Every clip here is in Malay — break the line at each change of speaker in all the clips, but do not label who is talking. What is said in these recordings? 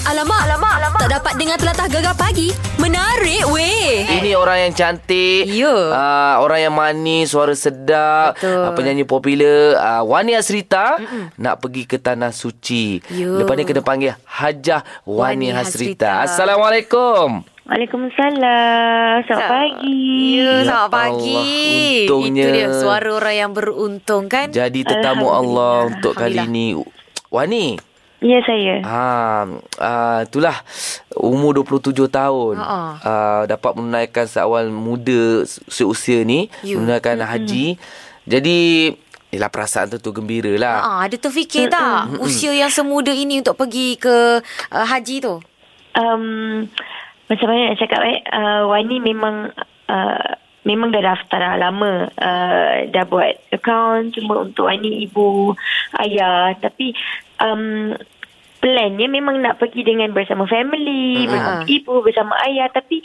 Alamak, alamak, alamak. Tak dapat dengar telatah gegar pagi. Menarik weh.
Ini orang yang cantik
Ya.
uh, Orang yang manis Suara sedap
Betul.
ah, Penyanyi popular uh, Wani Hasrita Mm-mm. Nak pergi ke Tanah Suci
Ya.
Lepas ni kena panggil Hajah
Wani
Wani,
Hasrita.
Hasrita. Assalamualaikum
Waalaikumsalam. Selamat pagi.
Ya,
Ya
selamat
Allah,
pagi.
untungnya.
Itu dia suara orang yang beruntung kan?
Jadi tetamu Allah Untuk kali
Alhamdulillah.
ni Wani
Ya, saya.
Ha, uh, itulah umur 27 tahun
Ha, ha.
uh, dapat menunaikan seawal muda se- seusia ni
You.
menunaikan haji. Jadi ialah perasaan tu tu gembiralah.
Ah, ada terfikir tak usia yang semuda ini untuk pergi ke uh, haji tu?
Um, macam mana nak cakap eh? Uh, Wani memang... Uh, Memang dah daftar dah lama uh, Dah buat account Cuma untuk Wani ibu Ayah Tapi um, Plannya memang nak pergi dengan bersama family
Mm-mm.
Bersama ibu Bersama ayah Tapi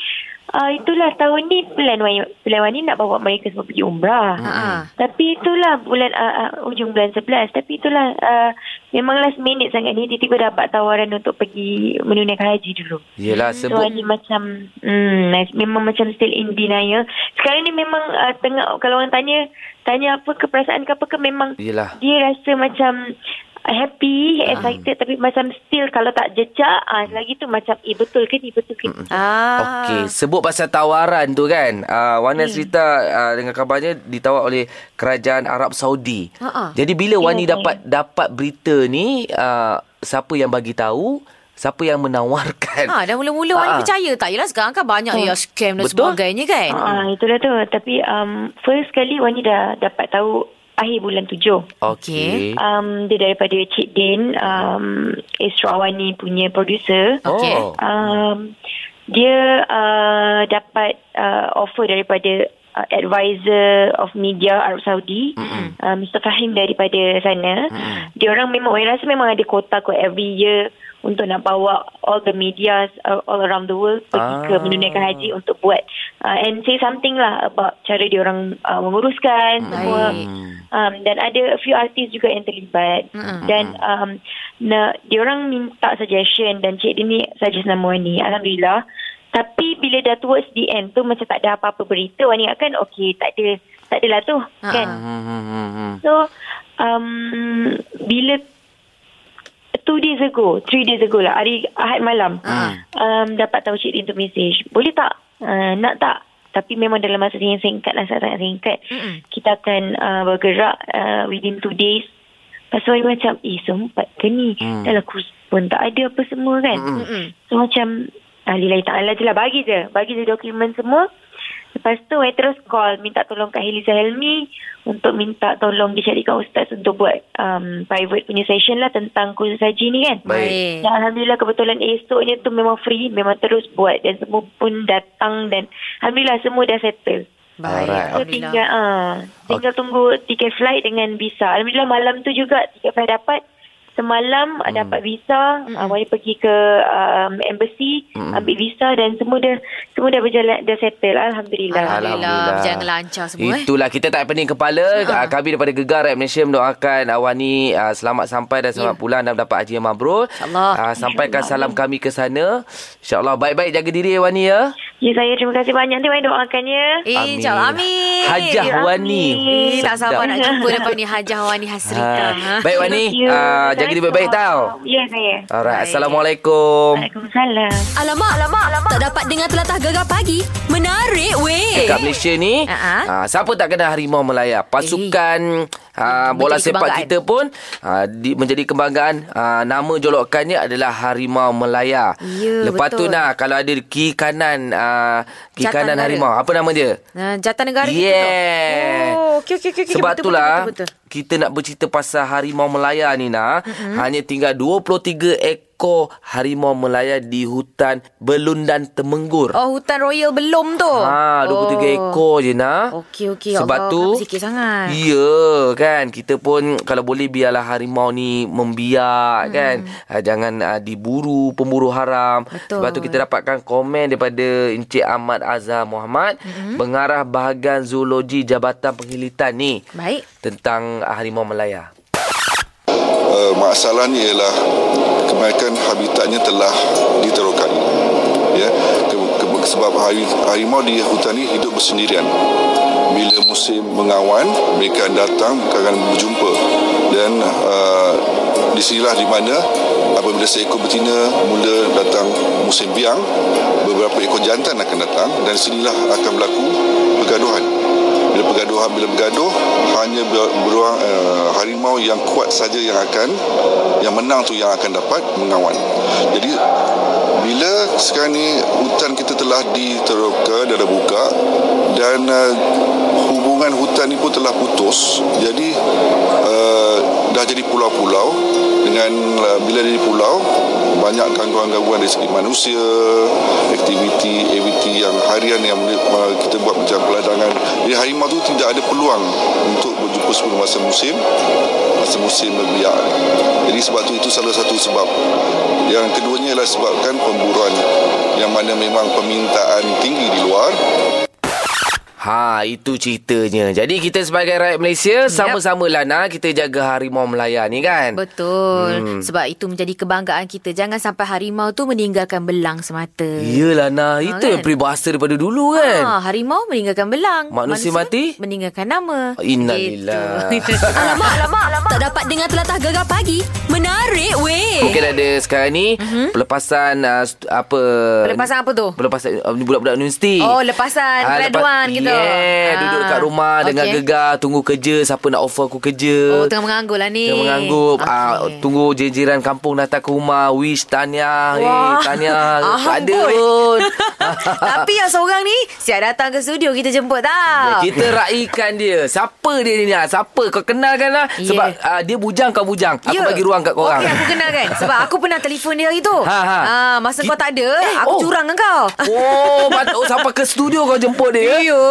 uh, Itulah tahun ni Plan Wani, plan Wani nak bawa mereka semua pergi umrah
Mm-mm.
Tapi itulah bulan uh, uh, ujung bulan 11 tapi itulah uh, memang last minute sangat ni tiba-tiba dapat tawaran untuk pergi menunaikan haji dulu.
Yalah
Hmm,
So
sebut
Ali macam hmm, nice. memang macam still in denial. Sekarang ni memang uh, tengah kalau orang tanya tanya apa ke perasaan ke apa ke memang
yalah.
dia rasa macam happy, excited tapi macam still kalau tak jejak ah lagi tu macam eh betul ke ni betul ke ni.
Ah.
Okey, sebut pasal tawaran tu kan. Uh,
Hmm.
Wani cerita uh, dengan kabarnya ditawar oleh kerajaan Arab Saudi.
Ha, ha.
Jadi bila Wani
Ya, ya.
dapat dapat berita ni, uh, siapa yang bagi tahu, siapa yang menawarkan.
Ha, dah mula-mula orang
Ah.
percaya tak? Yelah sekarang kan banyak ya scam dan
Betul.
sebagainya kan?
Ah itulah tu tapi um, first kali Wani dah dapat tahu akhir bulan tujuh.
Okey.
Um, dia daripada Cik Din, um, Isra Awani punya producer.
Okey.
Oh.
Um, dia uh, dapat uh, offer daripada uh, advisor of media Arab Saudi, mm-hmm. uh, Mr. Fahim daripada sana. Mm-hmm. Dia orang memang, saya rasa memang ada kota kot every year untuk nak bawa all the medias uh, all around the world pergi
Ah.
ke menunaikan haji untuk buat uh, and say something lah about cara dia orang uh, menguruskan semua
Baik.
um, dan ada a few artis juga yang terlibat
Mm-mm.
dan um, na, diorang minta suggestion dan cik dia ni suggest nama Wani Alhamdulillah tapi bila dah towards the end tu macam tak ada apa-apa berita Wani akan okey tak ada tak adalah tu
Ha.
kan
Hmm, hmm, hmm, hmm.
so um, bila two days ago three days ago lah hari Ahad malam
Hmm.
um, dapat tahu cik dia tu message boleh tak uh, nak tak tapi memang dalam masa yang singkat lah sangat singkat
Hmm.
Mm-mm.
kita akan uh, bergerak uh, within two days. Lepas tu Wani macam, eh sempat ke ni?
Hmm.
Dah lah kurs pun tak ada apa semua kan?
Hmm.
Mm-mm.
So macam, ah, lillahi ta'ala je lah, bagi je. Bagi je dokumen semua. Lepas tu saya terus call, minta tolong Kak Heliza Helmi untuk minta tolong dicarikan ustaz untuk buat um, private punya session lah tentang kursus haji ni kan.
Baik.
Dan Alhamdulillah kebetulan esoknya tu memang free, memang terus buat dan semua pun datang dan Alhamdulillah semua dah settle.
Baik.
Alright.
So tinggal uh, tinggal tunggu tiket flight dengan visa. Alhamdulillah malam tu juga tiket flight dapat. Semalam hmm. dapat visa, hmm. uh, Wani pergi ke um, embassy
Mm-mm.
ambil visa dan semua dah semua dah berjalan dah settle alhamdulillah.
Alhamdulillah. berjalan lancar semua, eh. Ha.
Itulah kita tak pening kepala uh Kami daripada Gegar Rap Malaysia Mendoakan uh, Wani uh, selamat sampai Dan selamat pulang Dan dapat haji yang mabrur
Ya. InsyaAllah.
uh, Sampaikan salam kami ke sana InsyaAllah Baik-baik jaga diri Wani ya
Ya saya terima kasih banyak nanti Wani doakan ya.
Eh,
Insya Allah. Amin.
Hajah
Ya,
Wani
Eh, tak
Sedap.
sabar nak jumpa lepas ni Hajah Wani Hasrita.
Ha. Baik Wani
Thank you.
uh, Jaga diri baik-baik tau
Ya saya.
Alright
Baik.
Assalamualaikum
Waalaikumsalam.
Alamak, alamak, alamak. Tak dapat dengar telatah gegar pagi. Menarik weh.
Dekat Malaysia ni
Eh. Ha-ha.
uh, Siapa tak kenal Harimau Melaya Pasukan uh, Bola
Menjadi Eh. kebanggaan.
sepak kita pun uh, di, Menjadi kebanggaan uh, Nama jolokannya adalah Harimau Melaya
Ya,
Lepas
betul.
tu nah Kalau ada kiri kanan uh, Kiri
Jatan
kanan
negara.
harimau Apa nama dia?
Nah, jatah Ha, negara
Yeah.
kita. Oh, okey okey okey. okey.
Sebab
Betul,
itulah
betul, betul, betul.
kita nak bercerita pasal harimau Melaya ni nah. Hanya tinggal 23 ekor harimau Melaya di hutan Belundan Temenggur.
Oh, hutan royal belum tu.
Ha, 23 oh. ekor je nak.
Okey, okey.
Sebab
Allah,
tu
kenapa sikit sangat?
Ya, kan. Kita pun kalau boleh biarlah harimau ni membiak hmm. kan. Ha, jangan ha, diburu pemburu haram.
Betul.
Sebab tu kita dapatkan komen daripada Encik Ahmad Azhar Muhammad, hmm. pengarah bahagian zoologi Jabatan Penghilitan ni
Baik.
tentang harimau Melaya.
Eh, Uh, masalah ni ialah kebanyakan habitat hakikatnya telah diterokan. Ya, ke- ke- sebab hari- harimau di hutan ini hidup bersendirian. Bila musim mengawan, mereka datang akan berjumpa dan uh, di sinilah di mana apabila seekor betina mula datang musim biang, beberapa ekor jantan akan datang dan sinilah akan berlaku pergaduhan bila pergaduhan bila bergaduh hanya ber- beruang uh, harimau yang kuat saja yang akan yang menang tu yang akan dapat mengawan jadi bila sekarang ni hutan kita telah diteroka dan dah buka dan uh, hubungan hutan ni pun telah putus jadi uh, dah jadi pulau-pulau dengan uh, bila jadi pulau banyak gangguan-gangguan dari segi manusia aktiviti aktiviti yang harian yang boleh, uh, kita buat macam peladangan jadi harimau tu tidak ada peluang untuk berjumpa sebelum masa musim masa musim berbiak jadi sebab tu itu salah satu sebab yang keduanya ialah sebabkan pemburuan yang mana memang permintaan tinggi di luar
Ha, itu ceritanya. Jadi kita sebagai rakyat
Yap.
Malaysia, sama-sama Lana, kita jaga harimau Melaya ni kan?
Betul. Hmm. Sebab itu menjadi kebanggaan kita. Jangan sampai harimau tu meninggalkan belang semata.
Yelah Lana, itu
kan?
yang peribahasa daripada dulu kan?
Ah, harimau meninggalkan belang.
Manusia mati?
Meninggalkan nama.
Innalillah.
Gitu.
Alamak, alamak, alamak. Tak dapat dengar telatah gegar pagi. Menarik weh.
Mungkin ada sekarang ni uh-huh. pelepasan uh, st- apa
Mhm. Pelepasan apa tu?
Pelepasan uh, budak-budak universiti. Ah,
Oh, lepasan graduan gitu.
Yeah,
Ah.
duduk dekat rumah okay. dengan
Okey.
gegar tunggu kerja siapa nak offer aku
Oh,
kerja.
tengah menganggur lah ni.
Dia menganggup okay. uh,
Okey.
Tunggu jiran kampung datang ke rumah Wish Tanya
Wah.
eh, Tanya
Ah,
Ada
amboi.
pun
Tapi yang seorang ni siap datang ke studio kita jemput tau.
Ya, Kita raikan dia Siapa dia ni Nia? Siapa kau kenalkan lah
Ya.
Sebab uh, dia bujang kau bujang Aku
Ya.
bagi ruang kat korang
Okey aku kenal kan Sebab aku pernah telefon dia hari tu
Ha, ha.
Ah, Masa
Ki-
kau tak ada
Eh,
Aku
oh.
curang dengan kau Ya.
Oh patut sampai ke studio kau jemput dia ya?
Yo,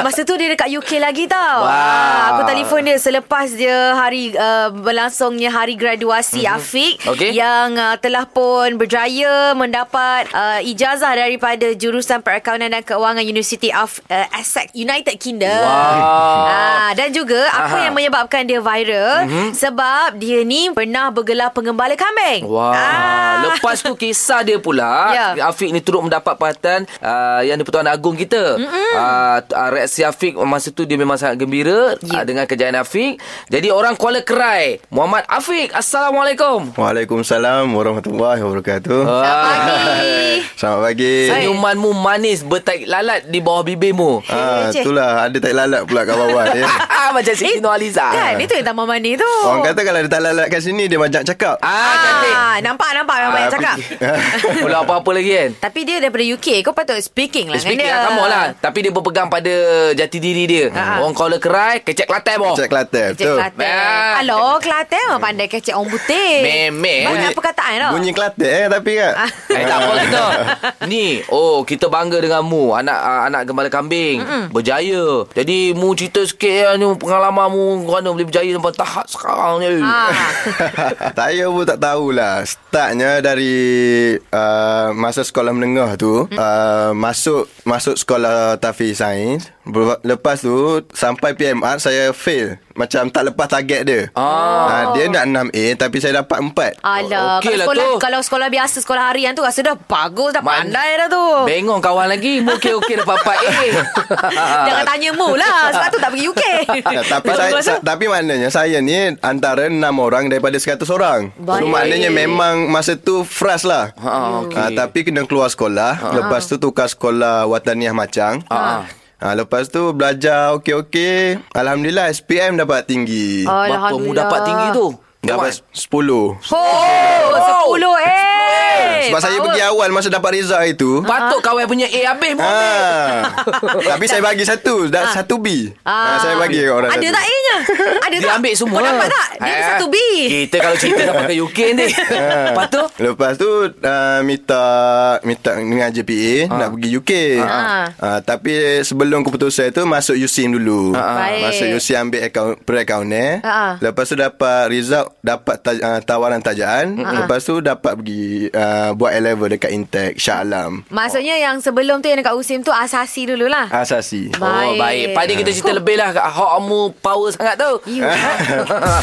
masa tu dia dekat UK lagi tau.
Wah.
Ah, Aku telefon dia selepas dia hari uh, berlangsungnya hari graduasi mm-hmm. Afiq
Mhm. Okey.
yang uh, telah pun berjaya mendapat uh, ijazah daripada jurusan Perakaunan dan Keuangan University of uh, Essex United Kingdom.
Wah.
Ah, dan juga apa
Aha. Mhm.
yang menyebabkan dia viral mm-hmm. sebab dia ni pernah bergelar penggembala kambing. Ah,
Wah, lepas tu kisah dia pula
Ya.
Afiq ni turut mendapat perhatian uh, yang di-Pertuan Agong kita. Uh, reaksi Afiq masa tu dia memang sangat gembira
Ya.
yeah. uh, dengan kejayaan Afiq. Jadi orang Kuala Kerai, Muhammad Afiq. Assalamualaikum.
Waalaikumsalam warahmatullahi wabarakatuh.
Selamat pagi.
Selamat pagi.
Senyumanmu manis bertaik lalat di bawah bibirmu.
Ah,
Cik.
itulah ada tak lalat pula kat bawah ya.
Oh.
Ah, macam Siti Nurhaliza.
Kan, itu yang tambah mani tu.
Orang kata kalau ada tak lalat kat sini dia banyak cakap.
Ah, cantik.
Ah, nampak nampak memang banyak
Ah,
cakap.
Belum apa-apa lagi kan?
Tapi dia daripada UK. Kau patut speaking lah
Speaking
dengan dia.
lah sama lah Tapi dia berpegang pada jati diri dia
Ah.
Orang Kuala Kerai Kecek Kelantan boh
Cakap Kelantan
Kecek
betul.
Kelantan.
Ah.
Alo, Kelantan memang pandai kecek orang putih.
Memek.
Banyak perkataan tau.
Bunyi Kelantan eh tapi kan.
Ah.
Eh tak apa kita Ni Oh kita bangga dengan Mu Anak uh, anak gembala kambing Mm-mm. Berjaya Jadi Mu cerita sikit ya, ni, Pengalaman Mu Kerana boleh berjaya Sampai tahap sekarang ni
Ah.
Saya pun tak tahulah Startnya dari uh, Masa sekolah menengah tu uh, Masuk Masuk sekolah Tafi Sains Ber- Lepas tu Sampai PMR Saya fail Macam tak lepas target dia ah. Dia nak 6A Tapi saya dapat 4
Alah,
Okey
kalau
lah
sekolah,
tu.
kalau sekolah biasa, sekolah harian tu rasa dah bagus, dah
Man-
pandai dah tu.
Bengong kawan lagi Mu okey-okey eh. dapat 4A
Jangan tanya mu lah Sebab tu tak pergi UK
Ya, tapi saya,
Bagus-bagus.
sa- tapi maknanya saya ni antara 6 orang daripada 100 orang. So
Baik.
maknanya memang masa tu frust lah. Ha, okay. tapi kena keluar sekolah, ha. lepas tu tukar sekolah Wataniah Macang. Ha. Ha, lepas tu belajar okey-okey. Alhamdulillah SPM dapat tinggi. Ha.
Berapa Mu dapat tinggi tu
Dapat
Kawan.
10.
Oh, sepuluh eh
Sebab saya pergi awal masa dapat result itu.
Ha?
Patut kawan punya A habis Mu
Ha. Tapi saya bagi satu, dah satu B. Ha, saya bagi orang
Ah. Ada
satu.
tak A-nya? Ada
Dia
tak?
ambil semua
Kau dapat tak? Dia ada
Eh,
satu Ha. B
Kita kalau cerita Dapat ke UK ni Lepas tu
Lepas tu uh, minta minta dengan JPA ha. nak pergi UK. Ha.
Ah.
Uh, tapi sebelum keputusan tu masuk USIM dulu.
Baik.
Masuk USIM ambil account pre-account eh.
Ha.
ah,
Ah,
Lepas tu dapat result dapat taj- uh, tawaran tajaan. Ha. Lepas tu dapat pergi uh, buat A-level dekat Intech Shah Alam
Maksudnya yang sebelum tu yang dekat USIM tu asasi
Ah.
dululah.
Asasi
Oh, baik. Padi kita cerita lebih lah. Kak Hawk mu power sangat Ha? tau.
You.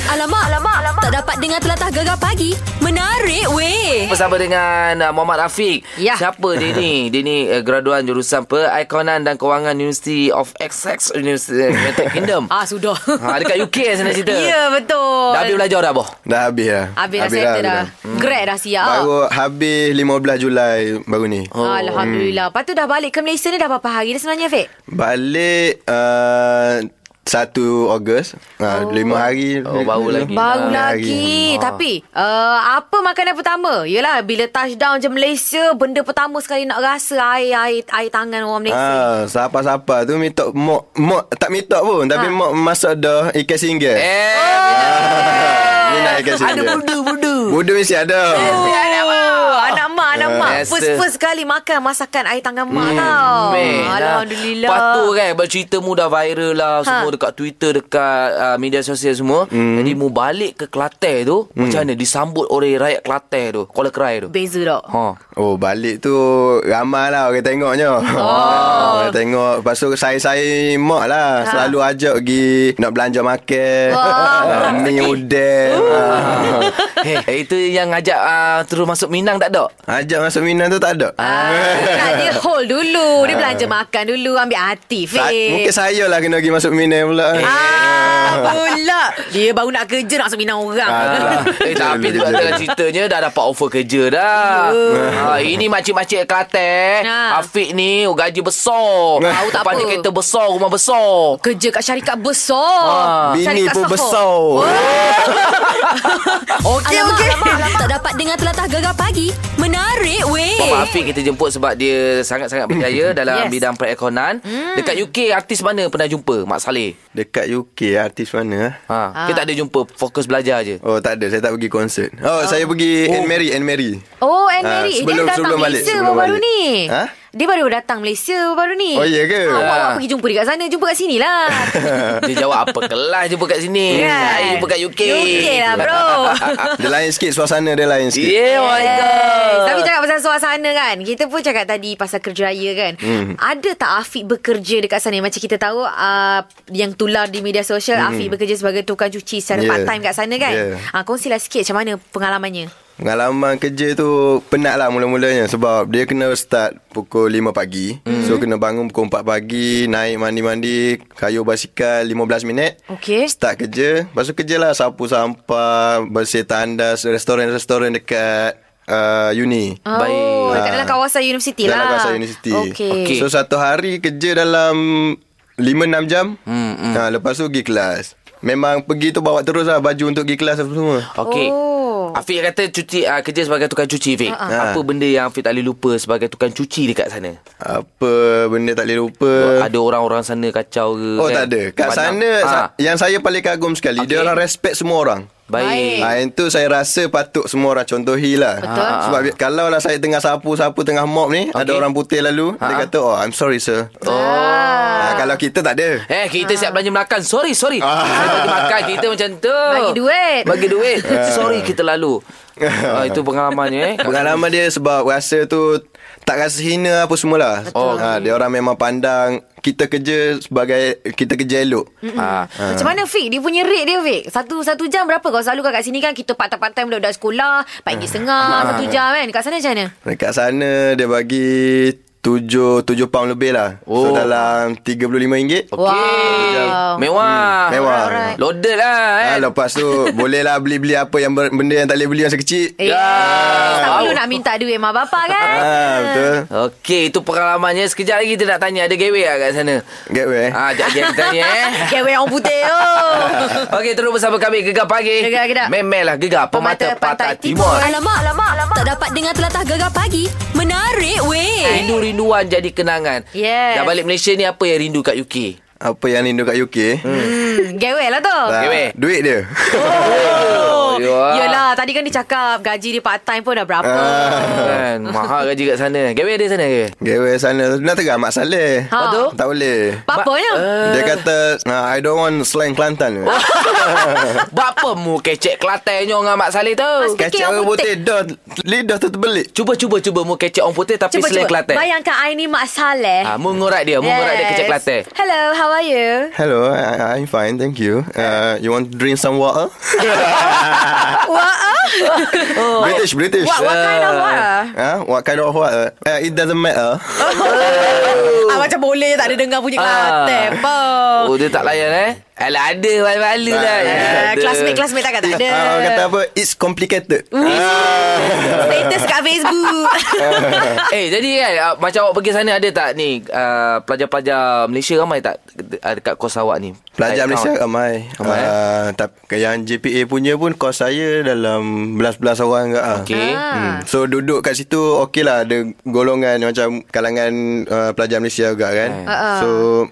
Alamak, alamak, alamak. Tak dapat dengar telatah gegar pagi. Menarik weh.
Bersama dengan uh, Muhammad Rafiq.
Ya.
Siapa dia ni? Dia ni uh, graduan jurusan Perikonan dan Kewangan University of Essex University United Kingdom.
Ah sudah.
ha, dekat UK sana cerita.
Ya yeah, betul.
Dah habis belajar dah, boh.
Dah habis dah
Habis dah settle dah. Ya. Grad dah siap.
Baru habis 15 Julai baru ni
Oh.
Hmm.
Alhamdulillah. Lepas tu dah balik ke Malaysia ni dah berapa hari dah sebenarnya, Fik?
Balik uh, 1 Ogos uh, oh. 5 hari
Oh, baru lagi.
Baru
Lima
lagi.
hari.
Tapi, uh, apa makanan pertama? Yelah, bila touchdown je Malaysia, benda pertama sekali nak rasa air air, air tangan orang Malaysia.
Ah, siapa-siapa tu mitok mok mok tak mitok pun
Ah.
tapi mok masak dah ikan singgah.
Eh,
Ah.
Oh.
Ni nak ikan
ada
singgah.
budu, budu.
Budu mesti ada.
Anak mak, anak mak, anak mak.
biasa.
First, first sekali makan masakan air tangan mak
Hmm,
tau.
Meh, dah.
Oh, Alhamdulillah.
ah. Lepas tu kan Bercerita mu dah viral lah ha. Semua dekat Twitter Dekat uh, media sosial semua mm. Jadi mu balik ke Kelantan tu mm. Macam mana Disambut oleh rakyat Kelantan tu Kuala Kerai tu
Beza tak?
ha.
Oh balik tu ramai lah orang tengoknya oh. Orang tengok Lepas tu saya-saya mak lah
Ah.
ha. Selalu ajak pergi Nak belanja makan
Wah, Uh.
oh. Mi udang Ah.
hey, Eh, Itu yang ajak uh, Terus masuk Minang tak ada
Ajak masuk Minang tu tak ada
Ah, dia hold dulu Dia belanja makan dulu Ambil hati
Ah. Sa- Mungkin
Fik
saya lah kena pergi masuk Minang pula
Ah, pula Dia baru nak kerja Nak seminang orang
Ah, tu lah.
Eh, tapi
Betul,
juga
betul.
dengan ceritanya dah dapat offer kerja dah.
Ya.
Ha, ini makcik-makcik kat Kelantan.
Ha.
Afiq ni gaji besar.
Tahu tak
Depan dia
apa.
kereta besar, rumah besar.
Kerja kat syarikat besar
Ah.
Bini
Syarikat
pun
Soho.
besar
Okey
alamak,
okey
alamak, alamak. Tak dapat dengar telatah gegar pagi. Menarik weh.
Oh,
Muhammad Afiq kita jemput sebab dia sangat-sangat berjaya dalam
Yes. Hmm.
yes. bidang perekonan. Mm. Dekat UK artis mana pernah jumpa Mak Saleh?
Dekat UK artis mana ah?
Ha, ha. Kita tak ada jumpa, fokus belajar je.
Oh tak ada Saya tak pergi konsert Oh, saya pergi Anne Mary Anne Mary
Oh and
Ah,
Mary Dia
sebelum-
datang
sebelum balik,
Malaysia
sebelum
baru
balik.
ni
Ha?
Dia baru datang Malaysia baru ni
Oh, ya ke?
Ah, Awak awak
Ah.
pergi jumpa dia kat sana Jumpa kat sini lah
dia jawab apa kelas jumpa kat sini.
Kan?
Saya jumpa kat UK.
UK lah bro
Ah, Dia lain sikit Suasana dia lain sikit
Ah. Yeah, my god.
Tapi cakap pasal suasana kan Kita pun cakap tadi Pasal kerja raya kan hmm. Ada tak Afiq bekerja Dekat sana Macam kita tahu uh, Yang tular di media sosial hmm. Afiq bekerja sebagai Tukang cuci secara
Yeah.
part time Kat sana kan
Yeah.
yeah. uh, Kongsilah sikit Macam mana pengalamannya
Pengalaman kerja tu penat lah mula-mulanya sebab dia kena start pukul 5 pagi. Mm. So kena bangun pukul 4 pagi, naik mandi-mandi, kayu basikal 15 minit.
Okey.
Start kerja. Lepas tu kerja lah sapu sampah, bersih tandas, restoran-restoran dekat uh, uni.
Oh,
Baik.
Dekat dalam kawasan universiti
Dalam
lah
kawasan universiti.
Okey okay.
Okey.
So satu hari kerja dalam 5-6 jam. Mm,
Hmm,
mm. Ha, lepas tu pergi kelas. Memang pergi tu bawa terus lah baju untuk pergi kelas apa semua.
Okey.
Oh. Ah,
Oh. Afiq kata cuci uh, kerja sebagai tukang cuci, Afiq.
Ha.
Uh-huh. Apa benda yang Afiq tak boleh lupa sebagai tukang cuci dekat sana?
Eh. Apa benda tak boleh lupa.
Oh, ada orang-orang sana kacau ke?
Oh
kan?
tak ada Kat
Padang.
sana
Ah,
sa- Yang saya paling kagum sekali Dia
Okey.
orang respect semua orang
Baik.
Baik.
Ha, yang tu saya rasa patut semua orang contohi lah
Betul.
Sebab bi- kalau lah saya tengah sapu-sapu tengah mop ni Ada orang putih lalu Dia kata oh I'm sorry sir oh.
Ah.
ha, Kalau kita tak ada
Eh, kita siap belanja Melaka. Sorry, sorry.
Ah.
Saya bagi makan. Kita macam tu.
Bagi duit.
Bagi duit.
Eh.
sorry, kita lalu. Ah, itu pengalamannya eh.
Pengalaman dia sebab rasa tu tak rasa hina apa semualah. Oh, ha, dia orang memang pandang kita kerja sebagai kita kerja elok.
Ah.
Macam mana Fik Dia punya rate dia Fik Satu satu jam berapa Kau selalu kan kat sini kan Kita part-time budak-budak sekolah RM4.50
Ah.
Satu jam kan Kat sana macam mana
Dekat sana dia bagi 7 7 pound lebih lah. Oh. So
Oh.
dalam
Okey.
RM35.
Wow.
Mewah.
Hmm, mewah.
Alright.
Loaded lah eh.
Ha, lepas tu bolehlah beli-beli apa yang ber, benda yang tak boleh beli masa kecil.
Eh,
Ya.
tak perlu nak minta duit mak bapak kan
Ah.
Ha, betul.
Okey, itu pengalamannya. Sekejap lagi kita nak tanya. Ada gewek tak kat sana?
Gateway.
Ah, jap lagi kita tanya eh.
Gewek orang putih oh.
Okey, terus bersama kami Gegar Pagi.
Gegar Kedah.
Memelah Gegar Pemata,
Pemata Pantai
Pantai, Timur. Timur.
Alamak, alamak, alamak. Tak dapat dengar telatah gegar pagi. Menarik weh.
Rindu-rinduan jadi kenangan.
Yes.
Dah balik Malaysia ni apa yang rindu kat UK?
Apa yang rindu kat UK? Hmm.
Hmm, gewel lah tu.
Ah,
Gewel.
Duit dia.
Oh,
Yelah.
Yelah, tadi kan dia cakap gaji dia part time pun dah berapa.
Ah.
Kan, mahal gaji kat sana. Gawe ada sana ke?
Gewel sana. Sebenarnya tegak Mak Saleh.
Ha. Betul?
Tak boleh.
Papanya.
Dia kata, nah, I don't want slang Kelantan.
Bapa mu kecek Kelantan nyo dengan Mak Saleh tu.
Sikit
Kacau
orang
orang putih dah lidah terbelit.
Cuba cuba cuba mu kecek orang putih tapi
Cuba,
slang
cuba.
Kelantan.
Bayangkan I ni Mak Saleh.
Ah, mu ngorak dia, mu ngorak dia kecek Kelantan.
Hello, how are you?
Hello, I, I'm fine, thank you. Uh, you want to drink some water?
What?
British, British.
ah. What, what kind of what?
Huh? What kind of water? Uh, it doesn't matter.
Oh, Ah, macam boleh tak ada dengar
Ah.
bunyi Kelantan pun.
Oh, dia tak layan eh. Alah ada malu-malu lah.
Eh,
Ada.
Classmate, classmate takkan tak ada.
Ah, orang kata apa? It's complicated. Ah.
Status kat Facebook.
Eh, jadi kan uh, macam awak pergi sana ada tak ni uh, pelajar-pelajar Malaysia ramai tak uh, dekat kos awak ni?
Pelajar
Like,
Malaysia
kawan.
ramai.
Ramai,
Uh, tapi yang JPA punya pun kos saya dalam belas-belas orang ke. ah.
Okey.
Hmm. So duduk kat situ okey lah ada golongan macam kalangan uh, pelajar Malaysia juga kan.
Ah,
Uh-uh. So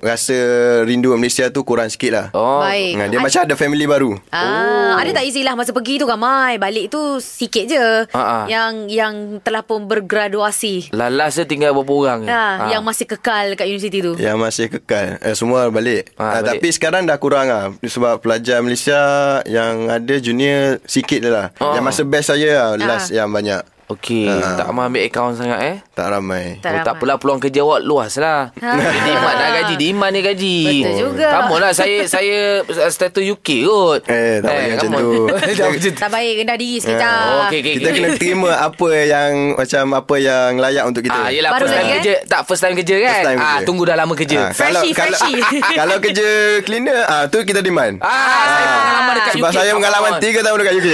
rasa rindu Malaysia tu kurang sikit lah.
Oh.
Baik.
Nah, dia macam ada family baru.
Ah, ada tak easy lah masa pergi tu ramai, balik tu sikit je.
ah.
Yang yang telah pun bergraduasi.
Lalas dia tinggal berapa orang je?
Ah,
Ah. Ya,
yang masih kekal dekat universiti tu.
Yang masih kekal eh, Semua balik.
Ah,
Ah,
balik.
Tapi sekarang dah kurang lah Sebab pelajar Malaysia Yang ada junior Sikit je lah
Ah.
Yang masa best saya lah
Ah.
Last yang banyak
Okey,
Ah.
tak mahu ambil akaun sangat eh.
Tak
Tak
Tak, oh,
ramai
tak
ramai.
apalah peluang kerja awak luas lah. Di mana lah gaji, di mana gaji.
Ha. Betul juga.
Kamu lah saya saya status UK kot.
Eh, tak boleh macam
come on.
tu.
Jangan macam tu.
Tak baik, rendah diri sekejap.
Oh, okey okey.
Kita kena terima Apa yang Macam apa yang layak untuk kita
Ah, yelah
Baru
first time
lagi, eh?
kerja. Tak first time kerja kan?
First time
ah,
kerja.
tunggu dah lama kerja.
Ah,
Freshie,
kalau,
freshie.
kalau kerja cleaner ah tu kita demand.
Ah, saya pengalaman dekat
Sebab
UK.
saya
come
pengalaman
on.
3 tahun dekat UK.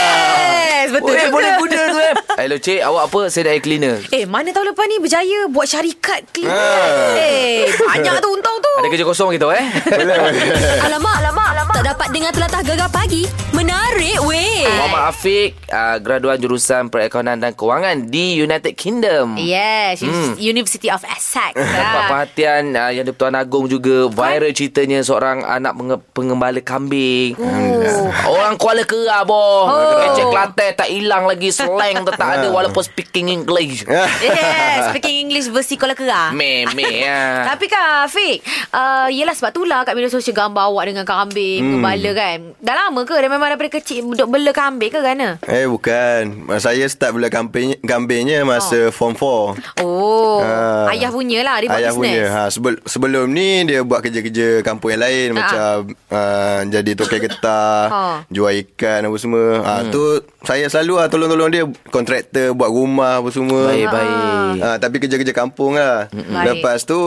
Yes, betul
Boleh,
juga.
boleh muda tu eh. Hello cik, awak apa? Saya dah air cleaner.
Eh, mana tahun lepas ni berjaya buat syarikat cleaner.
Ah.
Eh, banyak tu untung tu.
Ada kerja kosong kita eh.
Boleh, boleh.
Alamak, alamak, alamak. Tak dapat dengar telatah gegar pagi. Menarik, weh.
Ah.
Muhammad Afiq, uh, graduan jurusan perakaunan dan kewangan di United
Ya.
Kingdom.
Hmm.
Yes, University of Essex.
Dapat
lah.
perhatian uh, yang Di-Pertuan Agong juga viral ceritanya seorang anak penge- pengembala kambing.
Oh.
Orang Kuala Kera boh. Oh. Kecek Kelantan tak hilang lagi slang tetap ada walaupun speaking English.
Eh.
Ah.
Oh, Yes, speaking English versi Kuala Kera.
Meh meh
ya.
ah.
Tapi kan Afiq uh, Yelah sebab tu lah Kat media sosial Gambar awak dengan kambing hmm. Kepala kan Dah lama ke Dah memang daripada kecil Duduk bela kambing ke kan? kerana
eh bukan. Saya start bela kambing kambingnya masa form 4.
Oh
Ah.
Ayah punya lah Dia buat
Ayah
business
punya ha, sebel, Sebelum ni Dia buat kerja-kerja Kampung yang lain
Ah.
Macam uh, Jadi tokai getah
Ha.
Jual ikan Apa semua ha,
Hmm.
Tu Saya selalu lah Tolong-tolong dia Kontraktor Buat rumah Apa semua
Baik Hmm. baik.
Ah.
Ha, tapi kerja-kerja kampung lah
Baik.
Lepas tu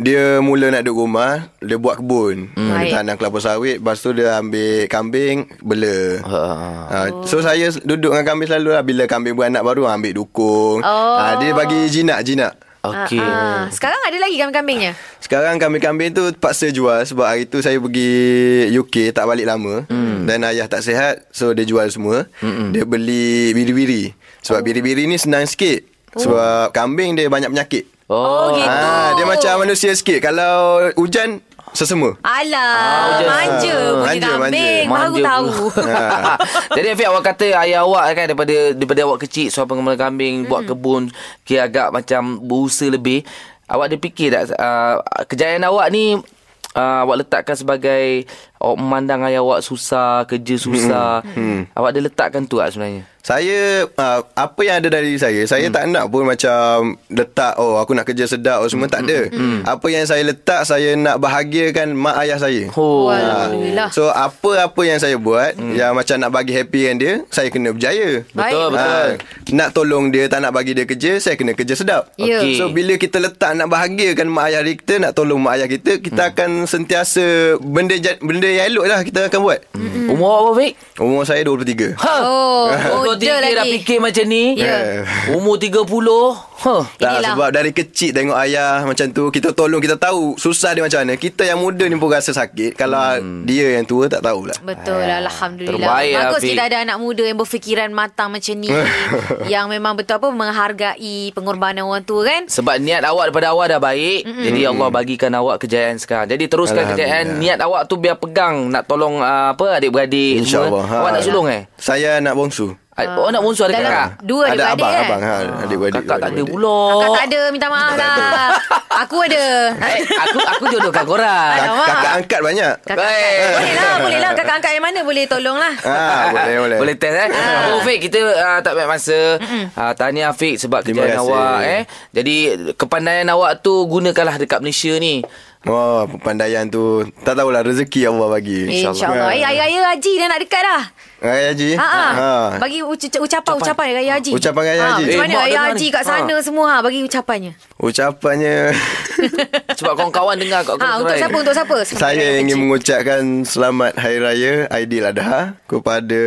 Dia mula nak duduk rumah Dia buat kebun
Hmm.
mm.
Baik.
Dia tanam kelapa sawit Lepas tu dia ambil kambing Bela
Ha.
ha, So saya duduk dengan kambing selalu lah Bila kambing beranak baru Ambil dukung
Oh.
ha, Dia bagi jinak-jinak
Okey.
Ah, Sekarang ada lagi kambing-kambingnya
sekarang kambing-kambing tu terpaksa jual sebab hari tu saya pergi UK tak balik lama hmm. dan ayah tak sihat so dia jual semua. Hmm. Dia beli biri-biri sebab biri-biri ni senang sikit sebab kambing dia banyak penyakit.
Oh, gitu
Ah dia macam manusia sikit kalau hujan sesema.
Alah
hujan.
Manja punya
Manja, manja.
kambing Eh, Baru
Manja
tahu
pula. Ha. Jadi Afiq awak kata ayah awak kan daripada daripada awak kecil soal pengembala kambing buat kebun kira agak macam berusaha lebih. Awak ada fikir tak uh, kejayaan awak ni uh, awak letakkan sebagai awak memandang ayah awak susah, kerja susah. Awak ada letakkan tu tak sebenarnya?
Saya uh, apa yang ada dari saya, saya tak nak pun macam letak oh aku nak kerja sedap oh semua tak ada. Apa yang saya letak saya nak bahagiakan mak ayah saya.
Oh.
Alhamdulillah
So apa-apa yang saya buat Yang macam nak bagi happy dengan dia Saya kena berjaya
Betul
Baik.
betul.
Ah, Nak tolong dia Tak nak bagi dia kerja Saya kena kerja sedap
Ya.
Okey.
So bila kita letak Nak bahagiakan mak ayah kita Nak tolong mak ayah kita Kita hmm. akan sentiasa Benda
Hmm.
ja- benda yang elok lah Kita akan buat
Umur awak berapa Afiq?
Umur saya 23
Ha.
Oh, oh
Umur
muda
tiga
lagi.
dah fikir macam ni.
Ya.
Umur tiga puluh. Ha. Huh.
Tak,
Inilah.
sebab dari kecil tengok ayah macam tu Kita tolong, kita tahu susah dia macam mana Kita yang muda ni pun rasa sakit Kalau hmm. dia yang tua tak tahulah
Betul Alhamdulillah
terbaik,
Bagus
Afiq.
kita ada anak muda Yang berfikiran matang macam ni Yang memang betul apa Menghargai pengorbanan orang tua kan
Sebab niat awak daripada awal dah baik mm-hmm. Jadi Allah bagikan awak kejayaan sekarang Jadi teruskan
Alhamdulillah.
kejayaan Niat awak tu biar pegang Nak tolong uh, apa adik-beradik semua.
InsyaAllah ha.
Awak nak sulung eh?
Saya nak bongsu
Ad- Oh nak bongsu ada
Ah. Dalam
kakak?
Dua
Ada
adik-beradik
abang,
kan?
abang ha, Adik-beradik
Kakak tak ada
adik-beradik.
pula
Kakak tak ada Minta maaf lah Aku ada
Eh, aku aku jodohkan korang.
Tak
Kak-
Alamak.
Kakak angkat banyak
Kakak
Baik.
Boleh lah Boleh lah Kakak angkat yang mana Boleh tolong lah
Eh, Ah, boleh, boleh.
Boleh test eh.
Ah.
Apa Fik kita uh, tak banyak masa. Uh, tahniah Fik sebab
Terima
kerjaan
kasih.
awak eh. Jadi kepandaian awak tu gunakanlah dekat Malaysia ni.
Oh, pandaian tu Tak tahulah rezeki Allah bagi
InsyaAllah Eh raya-raya haji dah nak dekat dah
Raya Haji
Ha, ha. Bagi uca- ucapan Ucapan raya haji Ha,
Ucapan raya haji.
Macam
Eh,
mana
mak
raya
dengar
haji
ni.
kat sana semua ha, Bagi ucapannya
Ucapannya
Sebab kawan-kawan dengar
Ha,
kat
untuk
Kementerian.
siapa Untuk siapa
Saya ingin mengucapkan selamat Hari Raya Aidiladha kepada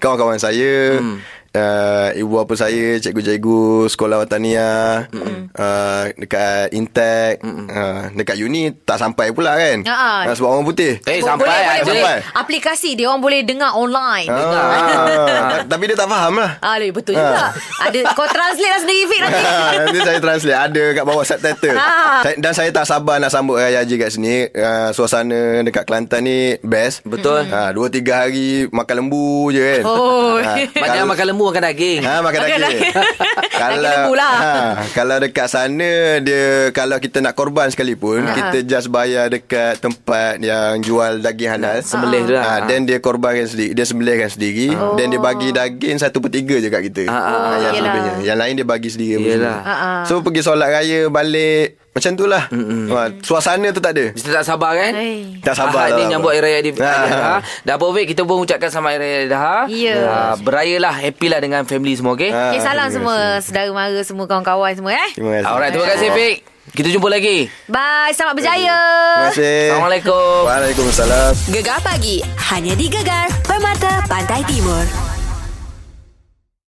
kawan-kawan saya, hmm. uh, ibu bapa saya, cikgu-cikgu sekolah watania, uh, dekat Intec, uh, dekat uni tak sampai pula kan.
Ha-ha.
Uh, sebab orang putih.
Eh
Bo-
sampai
boleh, boleh,
aja.
boleh.
Sampai.
Aplikasi dia orang boleh dengar online.
Ah,
Dengar.
ta- tapi dia tak faham lah.
Ah, leh, betul juga. Ada kau translate lah sendiri Fik nanti.
Nanti saya translate Ada kat bawah subtitle
Ha.
saya, Dan saya tak sabar Nak sambut Raya Haji kat sini uh, Suasana dekat Kelantan ni Best
Betul.
ha, Dua tiga hari Makan lembu je kan
Oh.
Banyak
kalau-
makan lembu makan daging.
Ha makan
Makan
daging. ha,
daging. Daging lembu lah.
kalau dekat sana dia kalau kita nak korban sekalipun ha. kita just bayar dekat tempat yang jual daging halal
Sembelih tu lah.
Ha then dia korbankan sendiri, dia sembelihkan sendiri oh. then dia bagi daging 1/3 je kat kita. Ha,
Ah, ah,
ah.
yang
Yelah.
lebihnya. Yang lain dia bagi sendiri apa
Yelah.
semua.
Ah, ah.
So pergi solat raya balik macam tu lah ha, Suasana tu tak ada
Mesti tak sabar kan?
Hai.
Tak
Ahad
sabar lah,
ni
apa.
nyambut Hari Raya di
Ah.
ha. Dah apa Fik Kita pun ucapkan sama Hari Raya Adha
Ya.
Ah, Berayalah Happy lah dengan family semua okay
Ah,
Okay, Eh, salam semua
terima
saudara mara semua kawan-kawan semua eh.
Terima kasih
Alright terima kasih Fik Kita jumpa
Eh.
lagi
Bye, selamat berjaya.
Terima kasih
Assalamualaikum
Waalaikumsalam
Gegar pagi. Hanya di Gegar. Permata Pantai Timur.